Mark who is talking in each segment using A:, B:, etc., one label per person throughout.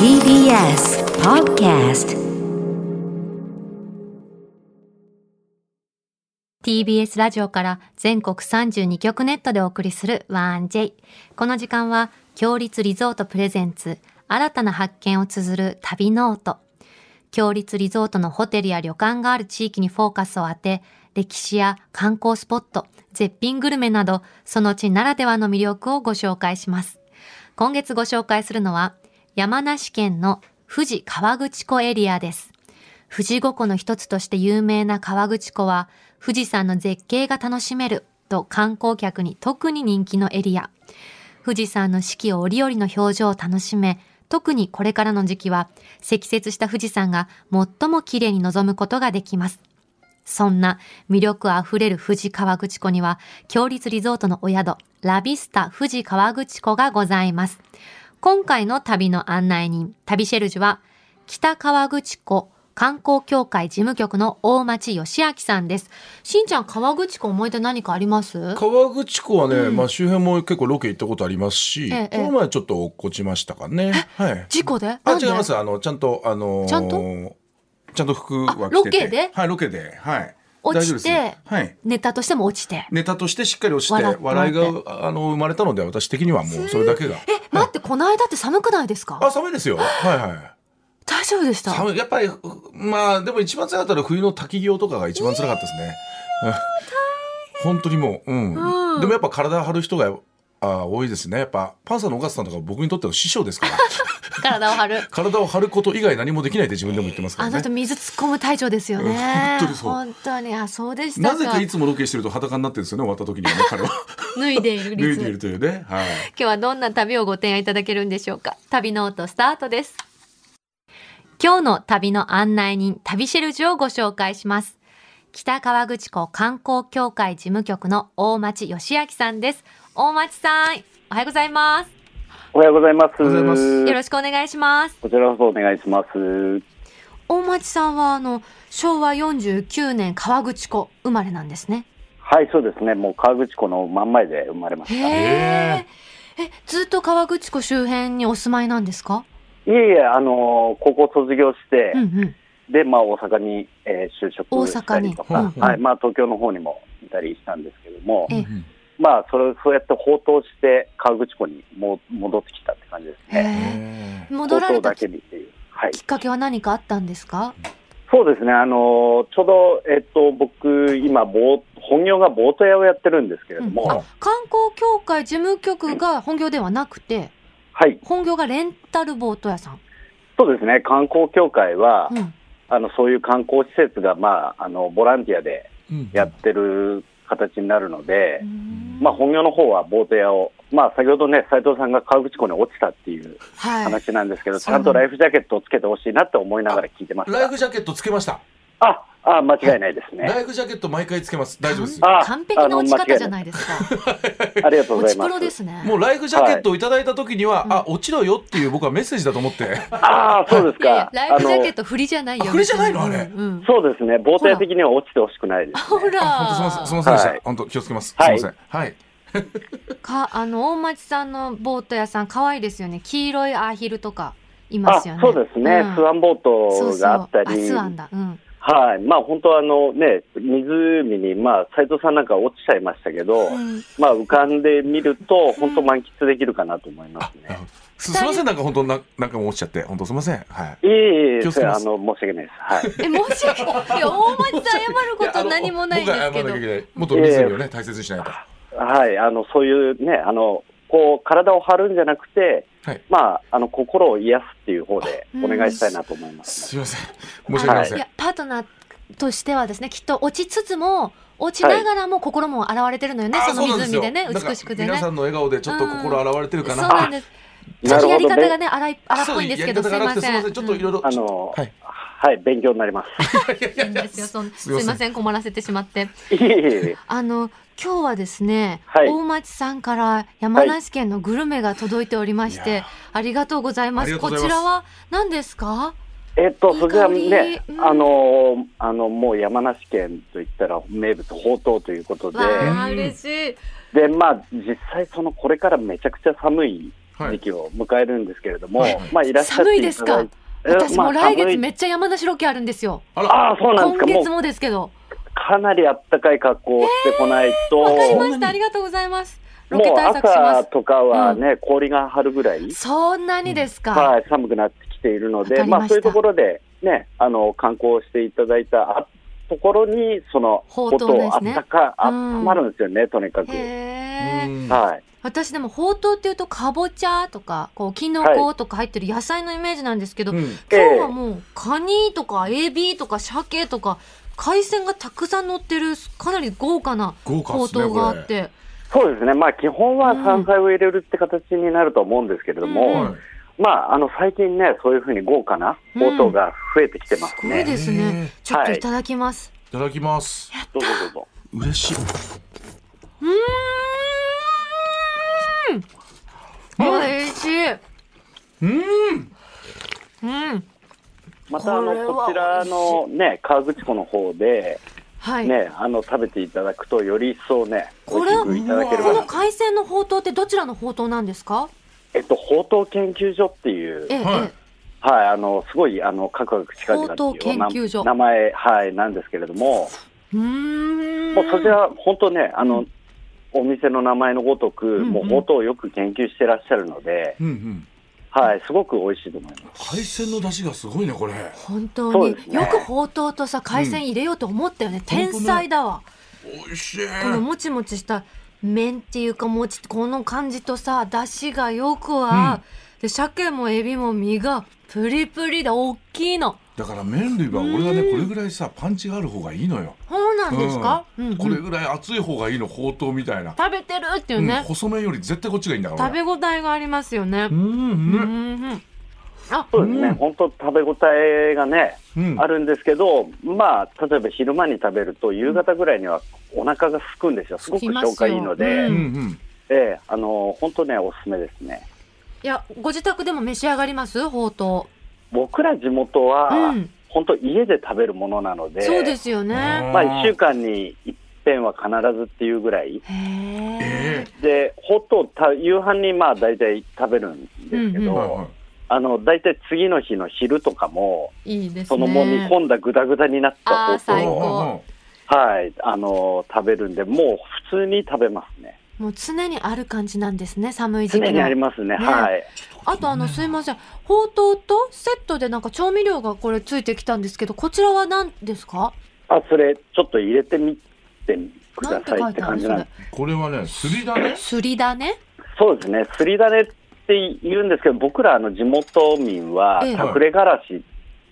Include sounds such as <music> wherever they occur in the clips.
A: TBS Podcast
B: TBS ラジオから全国32局ネットでお送りする 1J。この時間は、強立リゾートプレゼンツ、新たな発見を綴る旅ノート。強立リゾートのホテルや旅館がある地域にフォーカスを当て、歴史や観光スポット、絶品グルメなど、その地ならではの魅力をご紹介します。今月ご紹介するのは、山梨県の富士河口湖エリアです。富士五湖の一つとして有名な河口湖は、富士山の絶景が楽しめると観光客に特に人気のエリア。富士山の四季折々の表情を楽しめ、特にこれからの時期は、積雪した富士山が最も綺麗に望むことができます。そんな魅力あふれる富士河口湖には、強立リゾートのお宿、ラビスタ富士河口湖がございます。今回の旅の案内人、旅シェルジュは、北河口湖観光協会事務局の大町義明さんです。しんちゃん、河口湖思い出何かあります
C: 川口湖はね、まあ周辺も結構ロケ行ったことありますし、
B: ええ
C: この前ちょっと落っこちましたからね。はい。
B: 事故で
C: あ
B: なん
C: 違
B: で
C: います。あのちゃんとあのー
B: ちゃん
C: ちゃんと服は
B: あロ
C: 着てて。
B: ケで
C: はいロケではい。
B: 落
C: 大丈夫
B: ち
C: です
B: て、
C: はい。
B: ネタとしても落ちて。
C: ネタとしてしっかり落ちて
B: 笑って
C: 笑いがあの生まれたので私的にはもうそれだけが。
B: え、待って、この間って寒くないです
C: あ
B: か
C: 寒いですよ。はいはい。
B: 大丈夫でした。
C: 寒いやっぱりうまあでも一番辛かったのは冬の滝行とかが一番辛かったですね。 <laughs> 本当にもう、うん、
B: うん
C: でもやっぱ体張る人があ多いですね。やっぱパンサーの尾形さんとか僕にとっての師匠です <laughs> から。
B: 体を張る。
C: 体を張ること以外何もできないって自分でも言ってますか
B: あ
C: ら
B: の人
C: ね。
B: 水突っ込む隊長ですよね。
C: 本当にそう
B: 本当にあ、そうでした
C: な
B: か。
C: ぜかいつもロケしてると裸になってるんですよね。終わった時にはね彼は <laughs>
B: 脱いでいる
C: 脱
B: 率。
C: いでいるというね。はい。
B: 今日はどんな旅をご提案いただけるんでしょうか旅ノートスタートです今日の旅の案内人旅シェルジュをご紹介します北川口湖観光協会事務局の大町義明さんです大町さんおはようございます
D: おはようございます。
C: おはようございます
B: よろしくお願いします
D: こちらこそお願いします。
B: 大町さんはあの昭和49年川口湖生まれなんですね
D: はい、そうですね。もう河口湖の真ん前で生まれまし
B: へ
D: た。い
B: ええずっと川口湖周辺にお住まいなんですか
D: えいえ、あのー高校卒業して、
B: うんうん
D: で、まあ大阪に、えー就職したりと
C: 大阪
D: か
C: に、うん
D: はい、まあ東京の方にもいたりしたんですけども
B: え、え
D: まあそれそうやって放蕩して河口湖にも戻ってきたって感じですね。
B: へえ
C: えー
B: 戻ら
D: 放
B: れ
D: 蕩
B: た
D: だ
B: き
D: けにっていう。はい。
B: きっかけは何かあったんですか。
D: そうですね。あのーちょうど、えっと、僕、今、ボー本業がボート屋をやってるんですけれども、
B: うんあ観光協会事務局が本業ではなくて、
D: はい。
B: 本業がレンタルボート屋さん。
D: そうですね。観光協会は、
B: うん、
D: あのそういう観光施設が、まあ、あのボランティアで
C: うん
D: やってる形になるので、
B: うん
D: まあ、本業の方はボート屋を、まあ、先ほどね、斉藤さんが川口湖に落ちたっていう
B: はい。
D: 話なんですけど、
B: はい
D: ちゃんとライフジャケットをつけてほしいなって思いながら聞いてまし
C: ライ
D: た
C: フ。ジャケットつけました。
D: ああ、間違いないですね。
C: ライフジャケット毎回つけます。大丈夫です。
D: あ
B: 完璧な落ち方じゃないですか。
D: ありがとう
B: 落
D: ござい
B: ち
D: ま
B: プ
D: す
B: ロ。ですね。
C: もうライフジャケットをいただいた時には、あ落ちろよっていう僕はメッセージだと思って。
D: ああ、そうです
B: いやいや
D: か。
B: ライフジャケッ
D: あ
B: ト振りじゃないよ。
C: あ振りじゃないの
B: 別に
C: あれ
B: うんうん
D: のそうですね、ボート屋的には落ちてほしくないです、
B: ほ
D: ね。
C: あ
B: ら
C: 本当すみません、すみませんでした。
D: はい
C: 本当気をつけます。
D: はい
C: すみません。はい。
B: かあの大町さんのボート屋さん可愛いですよね黄色いアヒルとかいま
D: あ
B: すよね
D: そうですね、
B: うん
D: スワンボー
B: そう
D: ト
B: そう
D: があった
B: あ
D: り、
B: スワンだうん
D: はい、まあ本当あのね、湖に、まあ斉藤さんなんか落ちちゃいましたけど、
B: うん
D: まあ浮かんでみると、本当満喫できるかなと思いますね。
C: すすみませんなんか本当ななんかもう落ちちゃって本当すみません。はい。
D: いえいえ、
C: 気をつ
D: そ
C: け
D: れ
C: ま
D: あ
C: す
D: の申し訳ないです。はい。
B: え申し訳ないいや大町さん謝ること何もないんですけど
C: いやあの僕は謝らなきゃいけないもっと湖をね大切にしないと。
D: はい、あのそういうね、あのこう体を張るんじゃなくて、
C: はい
D: まああの心を癒すっていう方でお願いしたいなと思います。
C: すみません。申し訳ありませ
B: あの
C: ん。
B: やパートナーとしてはですねきっと落ちつつも落ちながらも心も洗われてるのよね、
C: あー
B: その
C: うなんす
B: 湖
C: よ
B: でね
C: なんか
B: 美しくてね
C: 皆さんの笑顔でちょっと心洗われてる
B: そ
C: か
B: う
C: な。
B: なんです
D: なる
B: や
D: ほ
B: り
D: ど。
B: 方
D: べ
B: が
D: ん
B: ね荒い荒っぽいんですけどす
C: そう
B: いま
C: やり方が荒くて
B: せん
C: すみません。ちょっといろいろ。
D: あの
C: はい
D: はい、勉強になります。
B: <laughs> うんいいんですよそんす
C: いません
B: いません困らせてしまって
D: いえいえいえ。
B: あの今日はですね、
D: はい
B: 大町さんから山梨県のグルメが届いておりまして、
C: いやー
B: ありがとうございま
C: あ
B: す
C: りがとう
B: こ
C: ござい
B: ち
C: ます
B: らは何ですか
D: えっと、
B: いい
D: それじゃあ
B: 香り
D: ね、
B: うん
D: あの、あの、もう山梨県といったら名物、ほうとうということで、
B: わあ
C: うん
B: 嬉しい
D: で、まあ、実際そのこれからめちゃくちゃ寒い
C: はい
D: 時期を迎えるんですけれども、
C: はい
D: い、まあいらっしゃっ
B: 寒
D: て
B: い
D: い
B: です
D: ただ
B: か
D: いて、
B: 私も来
D: まあ寒
B: 月
D: い
B: めっちゃ山梨ロケあるんですよ。
C: あら、
D: ああそうなん
B: 今
D: ですかもう
B: 月もですけど。
D: かなりあったかい格好をしてこないと、
B: わかり
C: す
B: まし
C: そん
B: た。
C: な
B: あ
C: に
B: りがとうございます。ロケ
D: もう
B: 対策しま
D: 朝
B: す。
D: とかはね、氷が張るぐらい、
B: そんなにですか。
D: はい、寒くなってきているの
B: わか
D: で、
B: り
D: ま
B: ました
D: あ、そういうところで、ね、あの観光していただいたあところに、その
B: ほう
D: こと
B: う
D: と
B: です
D: あっ
B: ね
D: たか、あ
B: う
D: っ
B: ん
D: たまるんですよね、とにかく。
B: へえ。
C: うん
D: はい、
B: 私でもほうとうっていうとかぼちゃとかこうきのことか入ってる野菜のイメージなんですけど、
C: うん
B: 今日はもうカニとかエビとか鮭とか海鮮がたくさん乗ってるかなり豪華な
C: 豪華
B: ほう
C: ですね
B: とうがあ
C: こ
B: って、
C: れ。
D: そうですね、まあ、基本は山菜を入れるって形になると思うんですけれど
B: うん
D: も、
C: はい
D: まあ、あの最近ね、そういうふうに豪華な応答が増えてきてます
B: すごい
D: ね。
B: ですね、
C: へえ
B: ちょっといただきます、
C: いただきます。
D: どうぞどうぞ。
C: 嬉しい。
B: うーん美味しい
C: うん。
B: うん
D: またあ
B: これは
D: のこちらのね河口湖の方で
B: はい、
D: ねあの食べていただくとより一層ね
B: こ
D: 美
B: れ
D: 味
B: は
D: しくいただけれ
B: こ
D: ば
B: の海鮮のほうとうってどちらのほうとうなんですか
D: えっと、宝刀研究所っていう、
B: ええ、
C: はい
B: え
D: はい、あの、すごい、あの、カクカク近くなって
B: 宝刀研究所
D: 名前、はい、なんですけれども、
B: えうーん
D: もうそちら、本当ね、あの、お店の名前のごとく、
B: んうん
D: もう宝刀をよく研究してらっしゃるので、
C: うんうん。
D: はい、すごく美味しいと思います。
C: 海鮮の出汁がすごいねこれ。
B: 本当
D: そう
B: に、
D: ですね
B: よくほうとうとさ海鮮入れようと思ったよね、天才だわ
C: 美味しい。
B: このもちもちした麺っていうかもちこの感じとさ出汁がよく合う、で鮭もエビも身がプリプリで大きいの
C: だから麺類は俺はねこれぐらいさパンチがある方がいいのよ。
B: そうなんですか、う
C: うんん
B: うん
C: これぐらい熱い方がいいのほうとうみたいな。
B: 食べてるっていう
C: うん
B: ね、
C: 細麺より絶対こっちがいいんだから。
B: 食べ応えがありますよね、うん
C: 俺うん
B: うん
C: ね。
B: うん、あ
D: そうですね、
C: うん
D: 本当食べ応えがね、
C: うん
D: あるんですけど、まあ、例えば昼間に食べると、夕方ぐらいにはお腹が空くんですよ。すごく
B: 空きますよ
D: 消化いいので、
C: う
B: うんん
C: うん。
D: ええあの、本当ね、おすすめですね。
B: いやご自宅でも召し上がりますほうと
D: 僕ら地元は、
B: うん
D: 本当家で食べるものなの
B: う、
D: で
B: そうですよね
C: あ
D: まあ、1週間に一遍は必ずっていうぐらい
B: へえ
C: え
D: でほっとた夕飯にまあ大体食べるんですけど、
B: うん
C: はいはい
D: あの大体次の日の昼とかも
B: いいですね
D: そのもう煮込んだぐだぐだになったほ
B: あー
D: うと
B: 最
D: うを、
B: 高
D: はい、あの食べるんでもう普通に食べますね
B: もう常にある感じなんですね寒い時期
D: 常に
B: の
D: あります
B: ね
D: ねはい
B: あとあのすいませんほうとうとセットでなんか調味料がこれついてきたんですけどこちらは何ですか
D: あそれちょっと入れてみてく
B: な
D: だ
B: んて
D: さ
B: 書
D: い
B: い
D: って
B: てあ
D: 感
B: る
D: じ
B: そ
D: なん
B: れ
D: です
C: これはねすりだね。
B: すりだね
D: そうですね、すりだねって言うんですけど、僕らあの地元民は、
B: ええ
D: 隠れがらしっ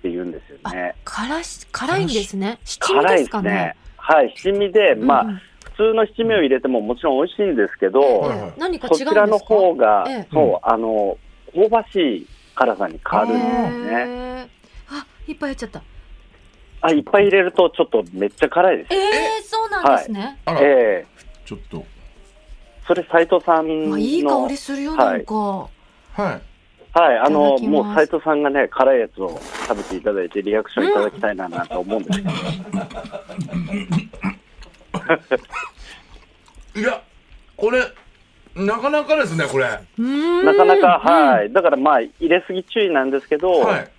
D: て言うんですよね。
B: 辛し辛いんですね七味
D: 辛い
B: で
D: ですす
B: かね
D: ね。はい、七味で、まあ、
B: うんうん
D: 普通の七味を入れてももちろん美味しいんですけど、
C: はいはい
B: 何か違うん
D: こ
B: です
D: ち
B: から
D: の方が、
B: ええ
D: そう、あの、香ばしい辛さに変わるんですね。
B: へーあいっぱいやっちゃった
D: あ、いっぱい入れるとちょっとめっちゃ辛いです。
B: ええそうなんですね
C: あら
D: ええ
C: ちょっと
D: それ斎藤さん
B: う
D: の、
B: わいい香りするよなんか
C: はい。
D: はい、あの、
B: いただきます
D: もう斎藤さんがね、辛いやつを食べていただいてリアクションいただきたいななんて思うんですけど。
C: いやこれなかなかですねこれ。
B: うーん
D: なかなか、はい。だからまあ、入れすぎ注意なんですけど、
C: はい。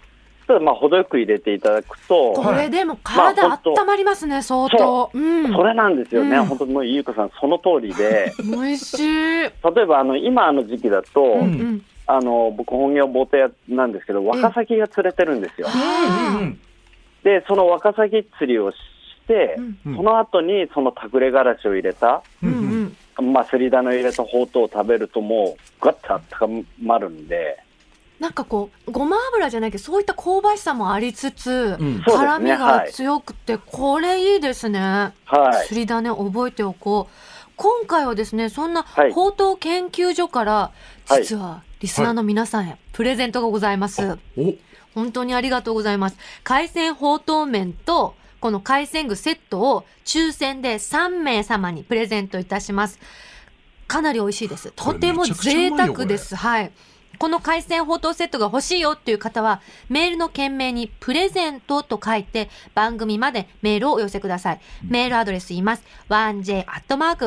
D: ただまあ、程よく入れていただくと、
B: これでも体
D: まあほんと
B: 温まりますね相当うん
D: それなんですよね。
B: うん
D: 本当にもう、ゆうこさん、その通りで、
B: 美味しい
D: 例えば、あの、今の時期だと、
C: うん
B: うん
D: あの、僕、本業ボート屋なんですけど、ワカサギが釣れてるんですよ。
C: うんう
B: あ
C: ん
D: で、そのワカサギ釣りをして、
B: うん
C: うん
D: その後に、そのたぐれがらしを入れた、
B: ーう
C: うん
B: ん
C: う。
B: うんん
D: まあ、すりだの入れたほうとうを食べると、もう、ガッと温まるんで、
B: なんかこうごま油じゃないけどそういった香ばしさもありつつ、
C: うん
D: そうで
B: 辛
D: す
B: み
D: ね
B: が強くて、これいいですね。
D: はい
B: す。りだね覚えておこう。今回はですねそんな
D: はい
B: 宝刀研究所から、
D: はい
B: 実はリスナーの皆さんへプレゼントがございます。
C: お
B: 本当にありがとうございます。海鮮ほうとう麺と、この海鮮具セットを抽選で3名様にプレゼントいたします。かなり美味しいです。とても
C: これめちゃくちゃうまい
B: 贅
C: よ
B: 沢です。はい。この海鮮ほうとうセットが欲しいよっていう方は、メールの件名にプレゼントと書いて、番組までメールをお寄せください。メールアドレス言います。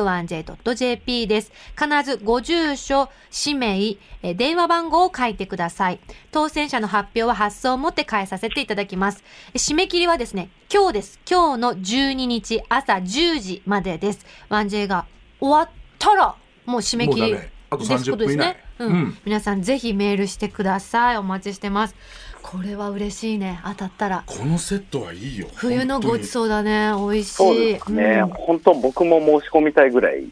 B: 1j.1j.jp です。必ずご住所、氏名、え電話番号を書いてください。当選者の発表は発送をもって返させていただきます。締め切りはですね、今日です。今日の12日朝10時までです。1j が終わったら、もう締め切
C: もう
B: り
C: ダメあと
B: ってこと
C: 30分以内
B: うん
C: うん
B: 皆さんぜひメールしてくださいお待ちしてますこれは嬉しいね当たったら
C: このセットはいいよ
B: 冬のごち
C: う
B: そうだね美味しい
D: そうですね、
B: うん
D: 本当、僕も申し込みたいぐらい、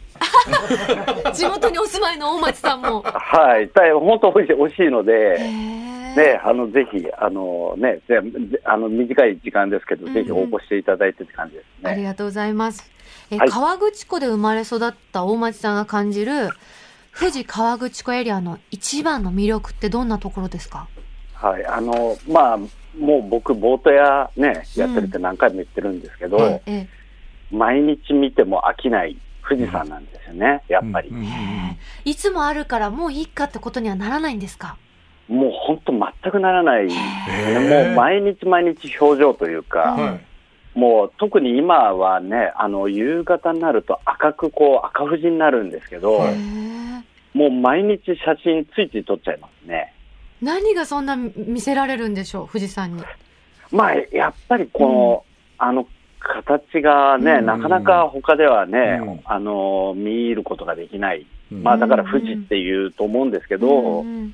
B: 地元にお住まいの大町さんも
D: はい、大本当美味しい、美味しいの
B: へ
D: で、
B: ー
D: <laughs> ね、あのぜひ、あのね、ぜぜあの短い時間ですけど、
B: うん
D: ぜひ応募していただいてって感じです
B: あり
D: ね。
B: がとうございますえ、
D: はい
B: 川口湖で生まれ育った大町さんが感じる富士河口湖エリアの一番の魅力ってどんなところですか
D: はい、あのまあ、もう僕、ボート屋ね、やってるって何回も言ってるんですけど、
C: はい
B: え
D: 毎日見ても飽きない富士山なんですよね、やっぱり。
C: んうんうん
B: いつもあるからもういいかってことにはならないんですか
D: もう本当全くならない、
C: へー
D: もう毎日毎日表情というか、
C: はい
D: もう特に今はね、あの夕方になると赤くこう赤富士になるんですけど、
C: はい
B: へー
D: もう毎日写真ついつい撮っちゃいますね。
B: 何がそんな見せられるんでしょう富士山に
D: まあやっぱりこの、あの形がね、
C: うん
D: なかなか他ではね、
C: うん
D: あの見入ることができない。
C: うん
D: まあだから富士っていうと思うんですけど、
B: うんうん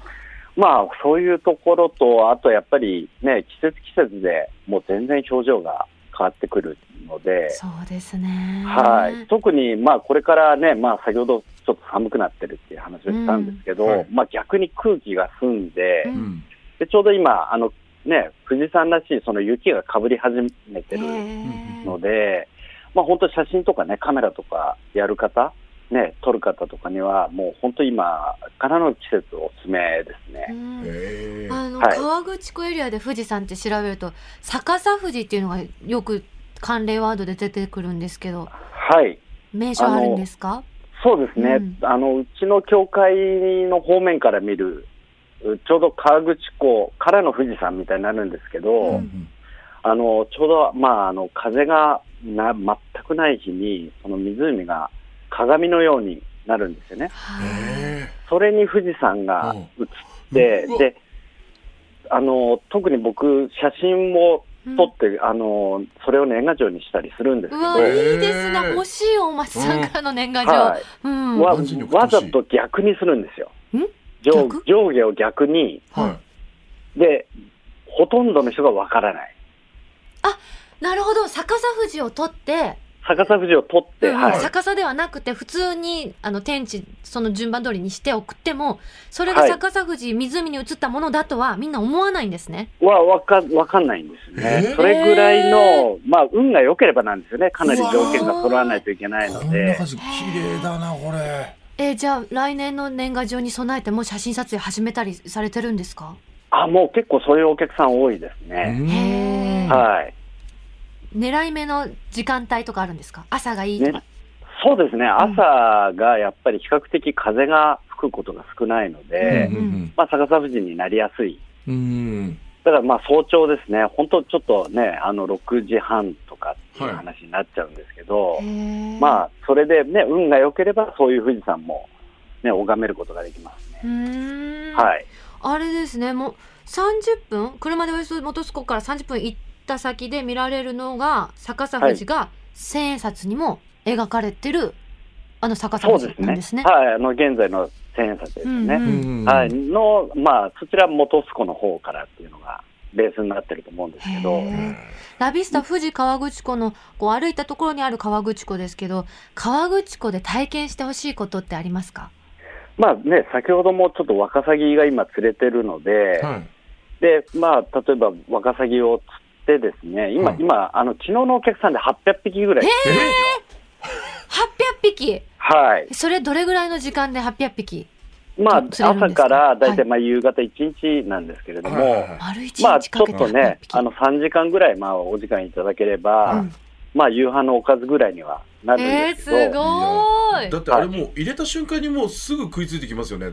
D: まあそういうところと、あとやっぱりね、季節季節でもう全然表情が変わってくるので、
B: そうですね
D: はい、特にまあこれからね、まあ、先ほどちょっと寒くなってるっていう話をしたんですけど、
C: うんはい
D: まあ、逆に空気が澄んで、
B: う
C: うん
D: でちょうど今、あのね、富士山らしいその雪がかぶり始めて
B: へ
D: る
B: ー
D: ので、まあ、本当、写真とかね、カメラとかやる方、ね、撮る方とかには、もう本当、今からの季節、おすすめです
B: う
D: ね。
B: ん
C: へー
B: あの、
D: はい
B: 川口湖エリアで富士山って調べると逆さ富士っていうのがよく関連ワードで出てくるんですけど
D: はい
B: 名所あるんですか
D: そうですね、
B: うん
D: あのうちの教会の方面から見る、うちょうど河口湖からの富士山みたいになるんですけど、
B: う
C: うんん
D: あのちょうど、まあ、あの風がな全くない日に、その湖が鏡のようになるんですよね、
B: はい
C: へ
D: それに富士山が映って、
C: うんうわ
D: であの特に僕、写真を撮って、あの、それを年賀状にしたりするんです
B: う
D: け
B: わ
D: ど。
B: いいですね欲しいお松さんからの年賀状、
D: はい
B: うん
D: わ
C: 何時に送って
D: わ
C: ほしい
D: ざと逆にするんですよ
B: ん。
D: 上
B: 逆
D: 上下を逆に、
C: ーはい
D: で、ほとんどの人がわからない。
B: なるほど逆さ富士を取って、
D: 逆さ富士を取って、
B: うん
D: はい。
B: 逆さではなくて普通にあの天地その順番通りにして送ってもそれが逆さ富士、湖に映ったものだとはみんな思わないんですね。
D: はわかわかんないんですよ
C: えー
D: ね。それぐらいの、まあ、運が良ければなんですよね。かなり条件が揃わないといけない
C: こ
D: の
C: んな
D: で
C: 感。じ綺麗だなこれ
B: えーじゃあ来年の年賀状に備えてもう写真撮影始めたりされてるんですか
D: あ、もう結構そういうお客さん多いですね。
B: へー
D: はい。
B: 狙い目の時間帯とかあるんですか朝がいいとか、
D: ね、そうですね。朝がやっぱり比較的風が吹くことが少ないので、
C: うんうん
D: まあ、逆さ富士になりやすい
C: うんうん
D: だからまあ早朝ですね、本当ちょっとね、あの6時半とかっていう話になっちゃうんですけど、
B: へー
D: まあそれでね、運が良ければそういう富士山も、ね、拝めることができますね。
B: うーん、
D: はい。
B: あれですねもう30分車でおよそ本栖湖から30分行った先で見られるのが逆さ富士が千円札にも描かれてるあの逆さ
D: そ
B: 富
D: うで
B: 士
D: す
B: なん
D: ね。
B: ですね。
D: はい、あの現在の千円札です
B: うんう
D: ね。
B: ん
C: うん
D: はい、の、まあそちら元栖湖の方からっていうのがベースになってると思うんですけど
B: へ、ーラビスタ富士河口湖のこう歩いたところにある河口湖ですけど河口湖で体験してほしいことってありますか
D: まあね、先ほどもちょっとワカサギが今釣れてるので、
C: はい
D: で、まあ、例えばワカサギを釣ってですね、今、
C: はい
D: 今、あの、昨日のお客さんで800匹ぐらい。
B: 800匹
D: はい。
B: それどれぐらいの時間で800匹
D: まあ、
B: 釣れるん
D: 朝
B: ですか
D: からだいた
B: はい
D: まあ夕方1日なんですけれども、
C: はい
B: 丸一
D: まあ、
B: 日
D: ち
B: か
D: ょっ
B: けて
D: とね
B: 800、匹、
D: あの、3時間ぐらい、まあ、お時間いただければ、
C: は
B: うん
D: まあ、夕飯のおかずぐらいにはなるん
B: え
D: で
B: ー、
D: す
B: す
D: けど、
B: ごーい
C: だってあれもう入れた瞬間にもうすぐ食いついてきますよね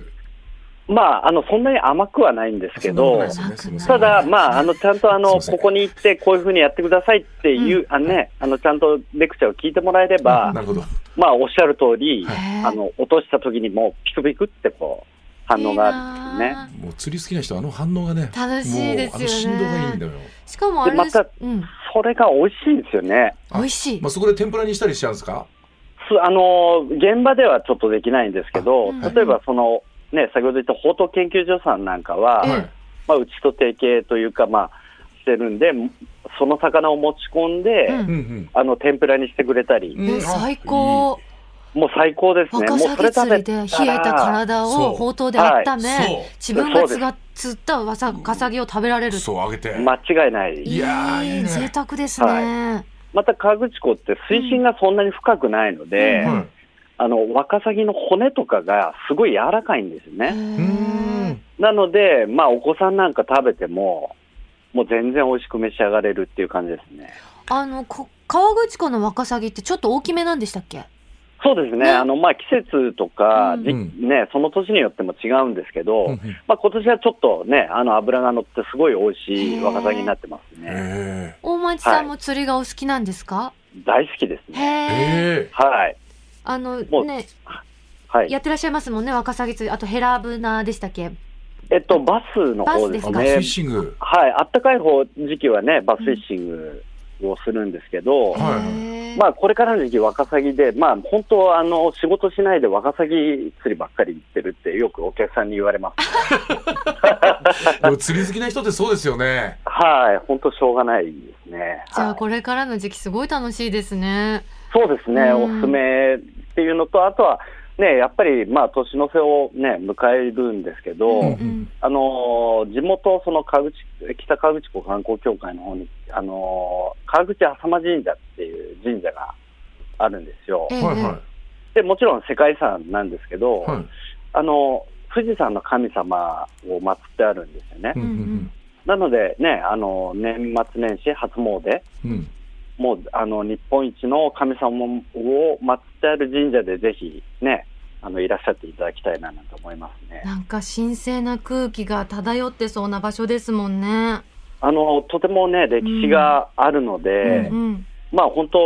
D: まあ、あの、そんなに甘くはないんですけ
C: そん
D: ど
C: なことないで、すよねすいません
D: ただ、まあ、あの、ちゃんと、あ
C: すい
D: の、
C: ません
D: ここに行って、こういうふうにやってくださいっていう、あのね、あの、ちゃんとレクチャーを聞いてもらえれば、
C: なるほど。
D: まあ、おっしゃる通
B: へ
D: り、
B: ー
D: あの、落とした時にもう、ピクピクってこう、反応があるんですよね。
C: もう釣り好きな人、あの反応がね、
B: 楽しいですよね
C: もうあの振動がいいんだよ。
B: しかもあれです、
D: でまた
B: うん、
D: それが美味しいんですよね。
B: 美味しい
C: ま。あ、そこで天ぷらにしたりしちゃうんですか
D: すあの、現場ではちょっとできないんですけど、
B: あはい
D: 例えば、その、ね、先ほど言った宝刀研究所さんなんかは、
B: ええ
C: はい。
D: まあ、うちと提携というか、まあ、してるんで、その魚を持ち込んで、
B: うん
C: うん
D: あの天ぷらにしてくれたり、
C: うんう
B: え
C: ん。
B: 最高。
D: もう最高ですね。
B: ワカ
D: もう
B: サ
D: そ
B: ギ
D: れ食
B: 釣り
D: べ
B: で
D: た
B: 冷
D: ら
B: えた体
C: そう
B: をほうとうで温め、
C: はいそう
B: 自分がつが釣ったワカサギを食べられ
C: あ
B: る。
C: そう、あげて。
D: 間違いない。
C: いやーいいね
B: 贅沢ですね。
D: また河口湖って水深がそんなに深くないので、
B: うん
C: はい
D: あのワカサギの骨とかがすごい柔らかいんですよ
B: へ
D: ね。
C: うー
B: ー
C: ん。
D: なので、まあお子さんなんか食べても、もう全然美味しく召し上がれるっていう感じですね。
B: あのこ川口湖のワカサギってちょっと大きめなんでしたっけ？
D: そうですね。
B: ね
D: あの、まあ季節とか、
B: うん
D: じね、その年によっても違うんですけど、
C: うんうん
D: まあ今年はちょっとね、あの脂が乗ってすごい美味しいワカサギになってますね。
C: え
B: 大町さんも釣りがお好きなんですか？
D: 大好きで
B: へ
D: すね。
C: え。
B: え。
C: ええ。
D: はい。
B: あの
D: もう
B: ね
D: はい。
B: やってらっしゃいますもんねワカサギ釣りあとヘラブナでしたっけ？
D: えっと、バスの方で
B: え
D: す
C: あ、
B: バ
C: バス
D: ね。
C: フィッシング。
D: はい、あったかい方時期はね、バスフィッシングをするんですけど、
C: はいはい
B: へー
D: まあ、これからの時期、ワカサギで、まあ、本当、あの仕事しないでワカサギ釣りばっかり行ってるって、よくお客さんに言われます。
C: でも釣り好きな人ってそうですよ
D: <laughs>
C: ね。
D: はい、本当、しょうがないですね。
B: じゃ
D: は
B: あ
D: い
B: これからの時期すごい楽しいですね。
D: そうですね、
B: うん
D: おすすめっていうのと、あとは、ね、やっぱり、まあ、年の瀬をね、迎えるんですけど、
C: うん
B: うん
D: あのー地元、その川口北川口湖観光協会の方に、あのー川口浅間神社っていう神社があるんですよ。
B: ええ
C: はい
B: え
C: は
D: でもちろん世界遺産なんですけど、
C: い。はい。
D: あの富士山の神様を祀ってあるんですよね。
C: うんうん
D: なのでね、あの年末年始初詣、
C: うん。うん。
D: もうあの日本一の神様を祀ってある神社でぜひね、あのいらっしゃっていただきたいななんて思いますね。
B: なんか神聖な空気が漂ってそうな場所ですもんね。
D: あのとてもね歴史があるので。
C: うん
B: うん、
D: まあ本当、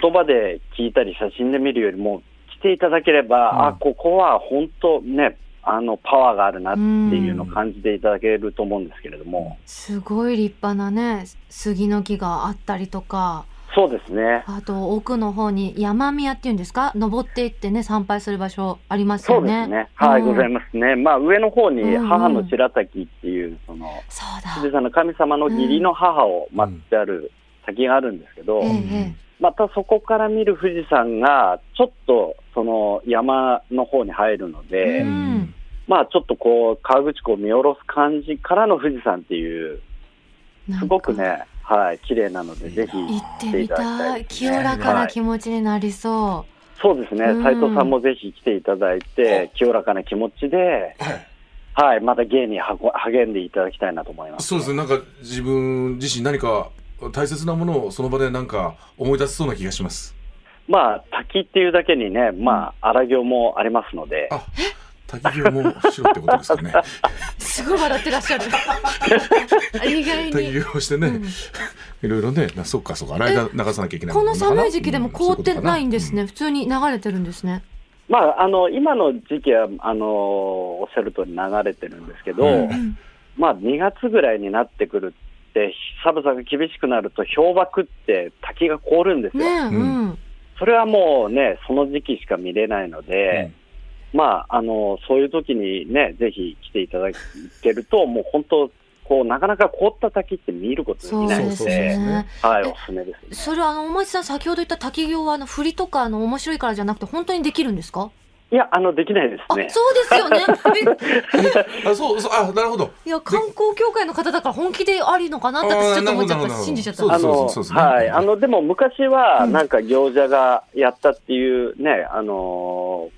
D: 言葉で聞いたり、写真で見るよりも、来ていただければ、
C: うん
D: あここは本当ね、あのパワーがあるなっていうのを感じていただけると思うんですけれども、
B: すごい立派なね杉の木があったりとか
D: そうですね、
B: あと奥の方に山宮っていうんですか登っていってね参拝する場所あります
D: そ
B: よ
D: うです
B: ね。
D: ね、はい、ござい
B: ま
D: ますね、まあ上の方に
B: うんうん
D: 母の白滝っていう、その、
B: す。そうだ
D: 富士山の神様の義理の母を祀ってある滝があるんですけど
B: え、
C: う
B: え
C: ん
D: またそこから見る富士山が、ちょっとその山の方に入るので、
B: うん
D: まあちょっとこう、川口湖を見下ろす感じからの富士山っていう、
B: なんか
D: すごくね、はい、綺麗なので、ぜひ
B: 行
D: 行
B: って
D: って
B: み
D: いただき
B: た
D: たい
B: い
D: です
B: 清
D: ね。
B: らかな気持ちになりそ
D: そうですね
B: う、ん
D: 斉藤さんもぜひ来ていただいて、清らかな気持ちで、
C: はい。
D: はい、また芸にはこ励んでいただきたいなと思います。
C: そうですね。なんか自分自身何か大切なものをその場でなんか思い出せそうな気がします。
D: まあ、滝っていうだけにね、まあ、荒行もありますので、
C: あ、滝行もしろってことですかね。
B: うすごい笑ってらっ
C: <laughs>
B: しゃる意外
C: 滝
B: に
C: 行をしてね、
B: うん
C: いろいろね、なそっかそっか、洗い流さなきゃいけない
B: こ
C: もん
B: の
C: なのかな
B: 寒い時期でも凍ってないんです。
C: う
B: ね普通に流れてるんですね
D: まあ、あの、今の時期は、あの、おっしゃる通り流れてるんですけど、
C: うん
D: まあ、2月ぐらいになってくるって、寒さが厳しくなると、氷瀑って滝が凍るんですよ。
B: ねえうん、
D: それはもうね、その時期しか見れないので、まあ、あの、そういう時にね、ぜひ来ていただけると、もう本当、こう、なかなか凍った滝って見ること
B: そ
D: で
B: う
D: きない
B: で
D: の
B: す
C: そうそうそう
D: で、
B: ね
D: はい、
B: え
D: おすすめです。
B: それあのお町さん先ほど言った滝行はあの振りとかあの面白いからじゃなくて本当にできるんですか？
D: いや、あの、できないで
B: あ、
D: すね。
B: そうですよね。
C: <laughs>
B: え
C: あ、そうそう、あ、なるほど。
B: いや観光協会の方だから本気でありのかなって
C: あー
B: 私ちょっと思っちゃっ
C: なるほ
B: た
C: ど
B: 信じちゃった。
C: な
D: あ
C: るほど
D: の、
C: そうですそうですそうですね
D: はい。あの、でも昔は、
B: うん
D: なんか行者がやったっていうね、あの、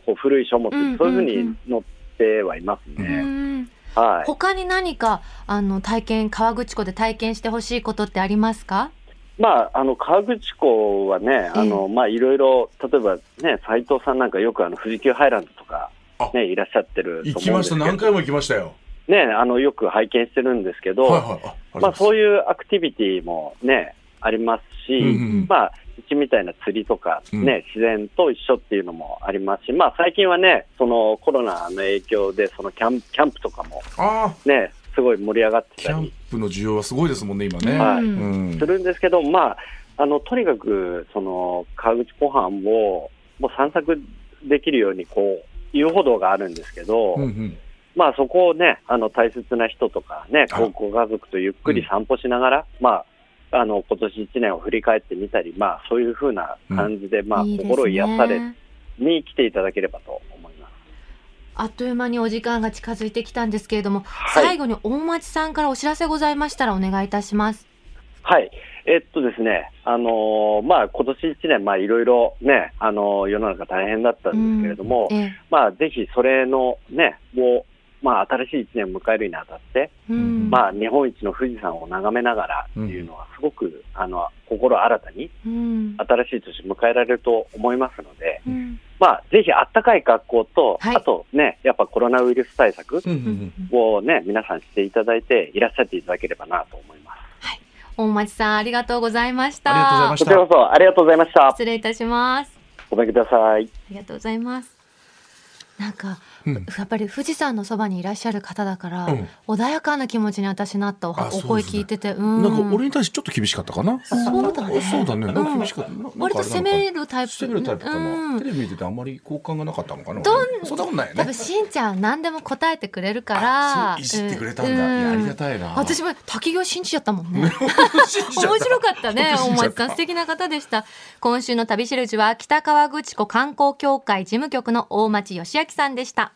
D: こう古い書物、
B: うん
D: そういうふう
B: うんう
D: に
B: ん
D: 載ってはいます
B: う
D: ね。
B: ん
D: はい。
B: 他に何かあの体験川口湖で体験してほしいことってありますか？
D: まあ、あの河口湖はね、あのまあいろいろ、例えばね、斉藤さんなんかよくあの富士急ハイランドとか
C: あ
D: ね、いらっしゃってると思うんです
C: 行
D: けど
C: きました、何回も行きましたよ。
D: ね、あの、よく拝見してるんですけど、
C: はいはい。ああり
D: ま
C: が
D: あ
C: とう
D: そ
C: ござ
D: ういうアクティビティもね、ありますし、
C: うんうん
D: まあ、うちみたいな釣りとか、
C: う
D: ね、
C: ん
D: 自然と一緒っていうのもありますし、まあ最近はね、そのコロナの影響で、そのキャンプ、キャンプとかも
C: ああ、
D: ね、すごい盛り上がって
C: キ
D: た
C: ャン
D: り
C: プの需要はすごいですもんね、今
B: うん
C: ね。
D: はいう
B: うん
C: ん
D: す。るんですけど、まあ、あの、とにかく、その、川口湖畔を、もう散策できるように、こう、遊歩道があるんですけど、
C: うんうん
D: まあそこをね、あの大切な人とかね、
C: あ
D: ごご家族とゆっくり散歩しながら、まあ、あの、今年一年を振り返ってみたり、まあそういうふうな感じで、まあ
B: いいですね
D: 心を癒されに来ていただければと思います。
B: あっという間にお時間が近づいてきたんですけれども、
D: はい
B: 最後に大町さんからお知らせございましたらお願いいたします。
D: はい。えっとですね、あのーまあ今年一年、まあいろいろね、あのー世の中大変だったんですけれども、
B: ええ
D: まあぜひそれのね、を、まあ新しい一年を迎えるにあたって、
B: うん
D: まあ日本一の富士山を眺めながらっていうのはすごく、あの、心新たに、
B: うん
D: 新しい年迎えられると思いますので、
B: うん
D: まあ、ぜひあったかい格好と、
B: はい
D: あとね、やっぱコロナウイルス対策
C: うんうん
D: をね、皆さんしていただいて、いらっしゃっていただければなと思いま
B: 大町さんありがとうございました。
C: ありがとうございまし
D: す。こ
C: た
D: ちらこそありがとうございました。
B: 失礼いたします。
D: ごめんください。
B: ありがとうございます。なんか、
C: うん
B: やっぱり富士山のそばにいらっしゃる方だから、
C: うん
B: 穏やかな気持ちに私なったおは
C: あ
B: お
C: そう
B: 声
C: ですね
B: 聞いてて、う
C: うん
B: ん、
C: なんか俺に対してちょっと厳しかったかな。
B: そうだね
C: あそうだね。なんか厳しかった。なんかあ
B: 割
C: れ
B: と
C: なのかな
B: 攻めるタイプ
C: 攻めるタイプか
B: う
C: な。
B: ん
C: テレビ見ててあんまり好感がなかったのかな。
B: どん
C: 俺そんなことないよ
B: 多
C: ね
B: 分。しんちゃん何でも答えてくれるから
C: あそういじってくれたんだ。
B: う
C: いやありが
B: い
C: たいな。
B: 私
C: も
B: も滝行信じちゃったもんね
C: <laughs> 信じちゃっ
B: <laughs> 面白か
C: た。
B: ったね大
C: 本当信じちゃ
B: 町
C: った
B: さん素敵な方でした今週の旅しるじは北川口湖観光協会事務局の大町義明さんでした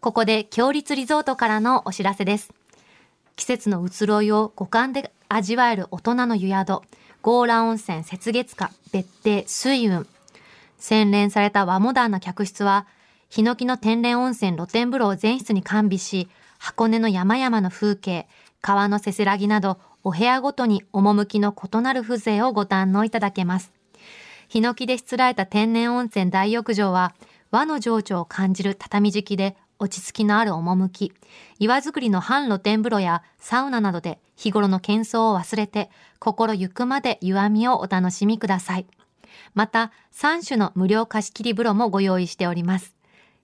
B: ここで強立リゾートからのお知らせです季節の移ろいを五感で味わえる大人の湯宿強羅温泉雪月花別邸水雲洗練された和モダンな客室は、ヒノキの天然温泉露天風呂を全室に完備し、箱根の山々の風景、川のせせらぎなど、お部屋ごとに趣の異なる風情をご堪能いただけます。ヒノキでしつらえた天然温泉大浴場は、和の情緒を感じる畳敷きで、落ち着きのある趣、岩作りの半露天風呂やサウナなどで日頃の喧騒を忘れて、心ゆくまで湯あみをお楽しみください。また3種の無料貸し切り風呂もご用意しております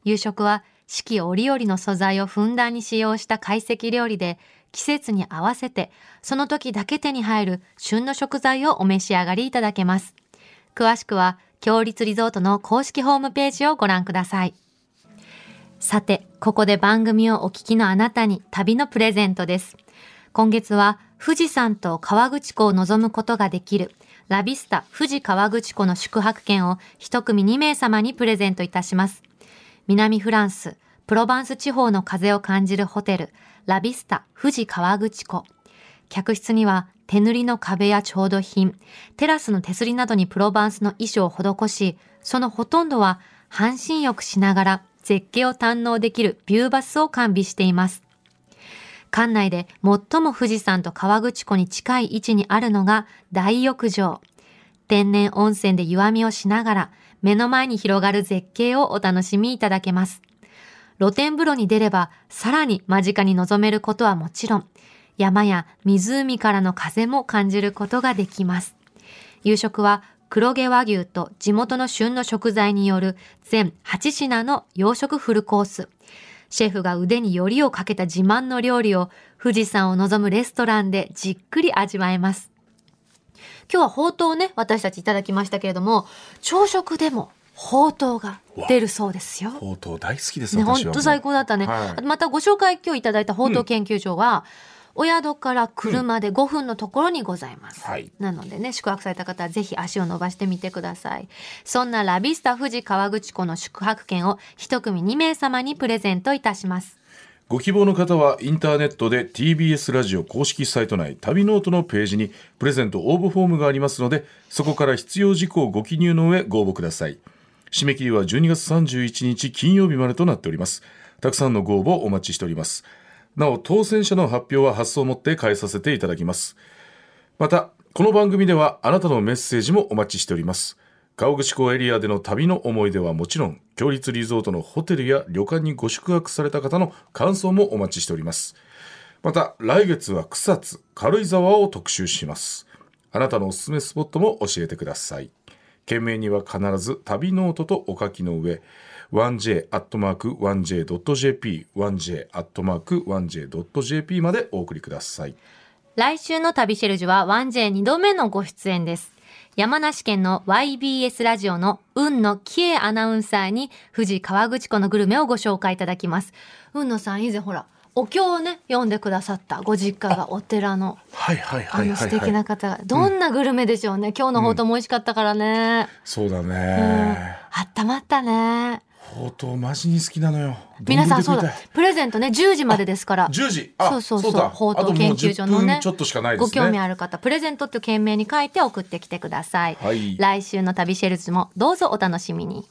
B: 夕食は四季折々の素材をふんだんに使用した懐石料理で季節に合わせてその時だけ手に入る旬の食材をお召し上がりいただけます詳しくは強立リゾートの公式ホームページをご覧くださいさてここで番組をお聞きのあなたに旅のプレゼントです今月は富士山と河口湖を望むことができるラビスタ富士河口湖の宿泊券を一組2名様にプレゼントいたします。南フランス、プロバンス地方の風を感じるホテル、ラビスタ富士河口湖。客室には手塗りの壁や調度品、テラスの手すりなどにプロバンスの衣装を施し、そのほとんどは半身浴しながら絶景を堪能できるビューバスを完備しています。館内で最も富士山と河口湖に近い位置にあるのが大浴場。天然温泉で湯あみをしながら、目の前に広がる絶景をお楽しみいただけます。露天風呂に出れば、さらに間近に望めることはもちろん、山や湖からの風も感じることができます。夕食は黒毛和牛と地元の旬の食材による全8品の洋食フルコース。シェフが腕によりをかけた自慢の料理を富士山を望むレストランでじっくり味わえます。今日はほうとうをね、私たちいただきましたけれども、朝食でもほうとうが出るそうですよ。
C: ほうとう大好きです。
B: ね、
C: 私は
B: 本
C: もう
B: 当最高だったね、
C: はい
B: またご紹介今日いただいた報道研究所は、お宿から車で5分のところにございます、
C: はい
B: なのでね宿泊された方はぜひ足を伸ばしてみてくださいそんなラビスタ富士河口湖の宿泊券を一組2名様にプレゼントいたします
C: ご希望の方はインターネットで TBS ラジオ公式サイト内旅ノートのページにプレゼント応募フォームがありますのでそこから必要事項をご記入の上ご応募ください締め切りは12月31日金曜日までとなっておりますたくさんのご応募お待ちしておりますなお当選者の発表は発送をもって返させていただきますまたこの番組ではあなたのメッセージもお待ちしております川口湖エリアでの旅の思い出はもちろん、強立リゾートのホテルや旅館にご宿泊された方の感想もお待ちしております。また、来月は草津、軽井沢を特集します。あなたのおすすめスポットも教えてください。件名には必ず旅ノートとお書きの上、1j.1j.jp、1j.1j.jp までお送りください。
B: 来週の旅シェルジュは 1J2 度目のご出演です。山梨県の YBS ラジオの雲野喜恵アナウンサーに富士河口湖のグルメをご紹介いただきます。雲野さん以前ほら、お経をね、読んでくださったご実家がお寺の
C: はいはいは
B: あ
C: い
B: の
C: は
B: 素
C: い、はい。
B: 敵な方が、どんなグルメでしょうね。今日のほうとうも美味しかったからね。
C: そうだ
B: うん、
C: ね。
B: あったまったね。
C: ほうとうマジに好きなのよ。
B: 皆さんそ
C: 丼
B: う
C: で食
B: だ
C: いたい。
B: プレゼントね、10時までですから。
C: 10時。あ、
B: そうそうそう
C: だ
B: ほうとう研究所のね
C: あともう10分ちょっとしかないですね。
B: ご興味ある方、プレゼントって件名に書いて送ってきてください。
C: はい
B: 来週の旅シェルズもどうぞお楽しみに。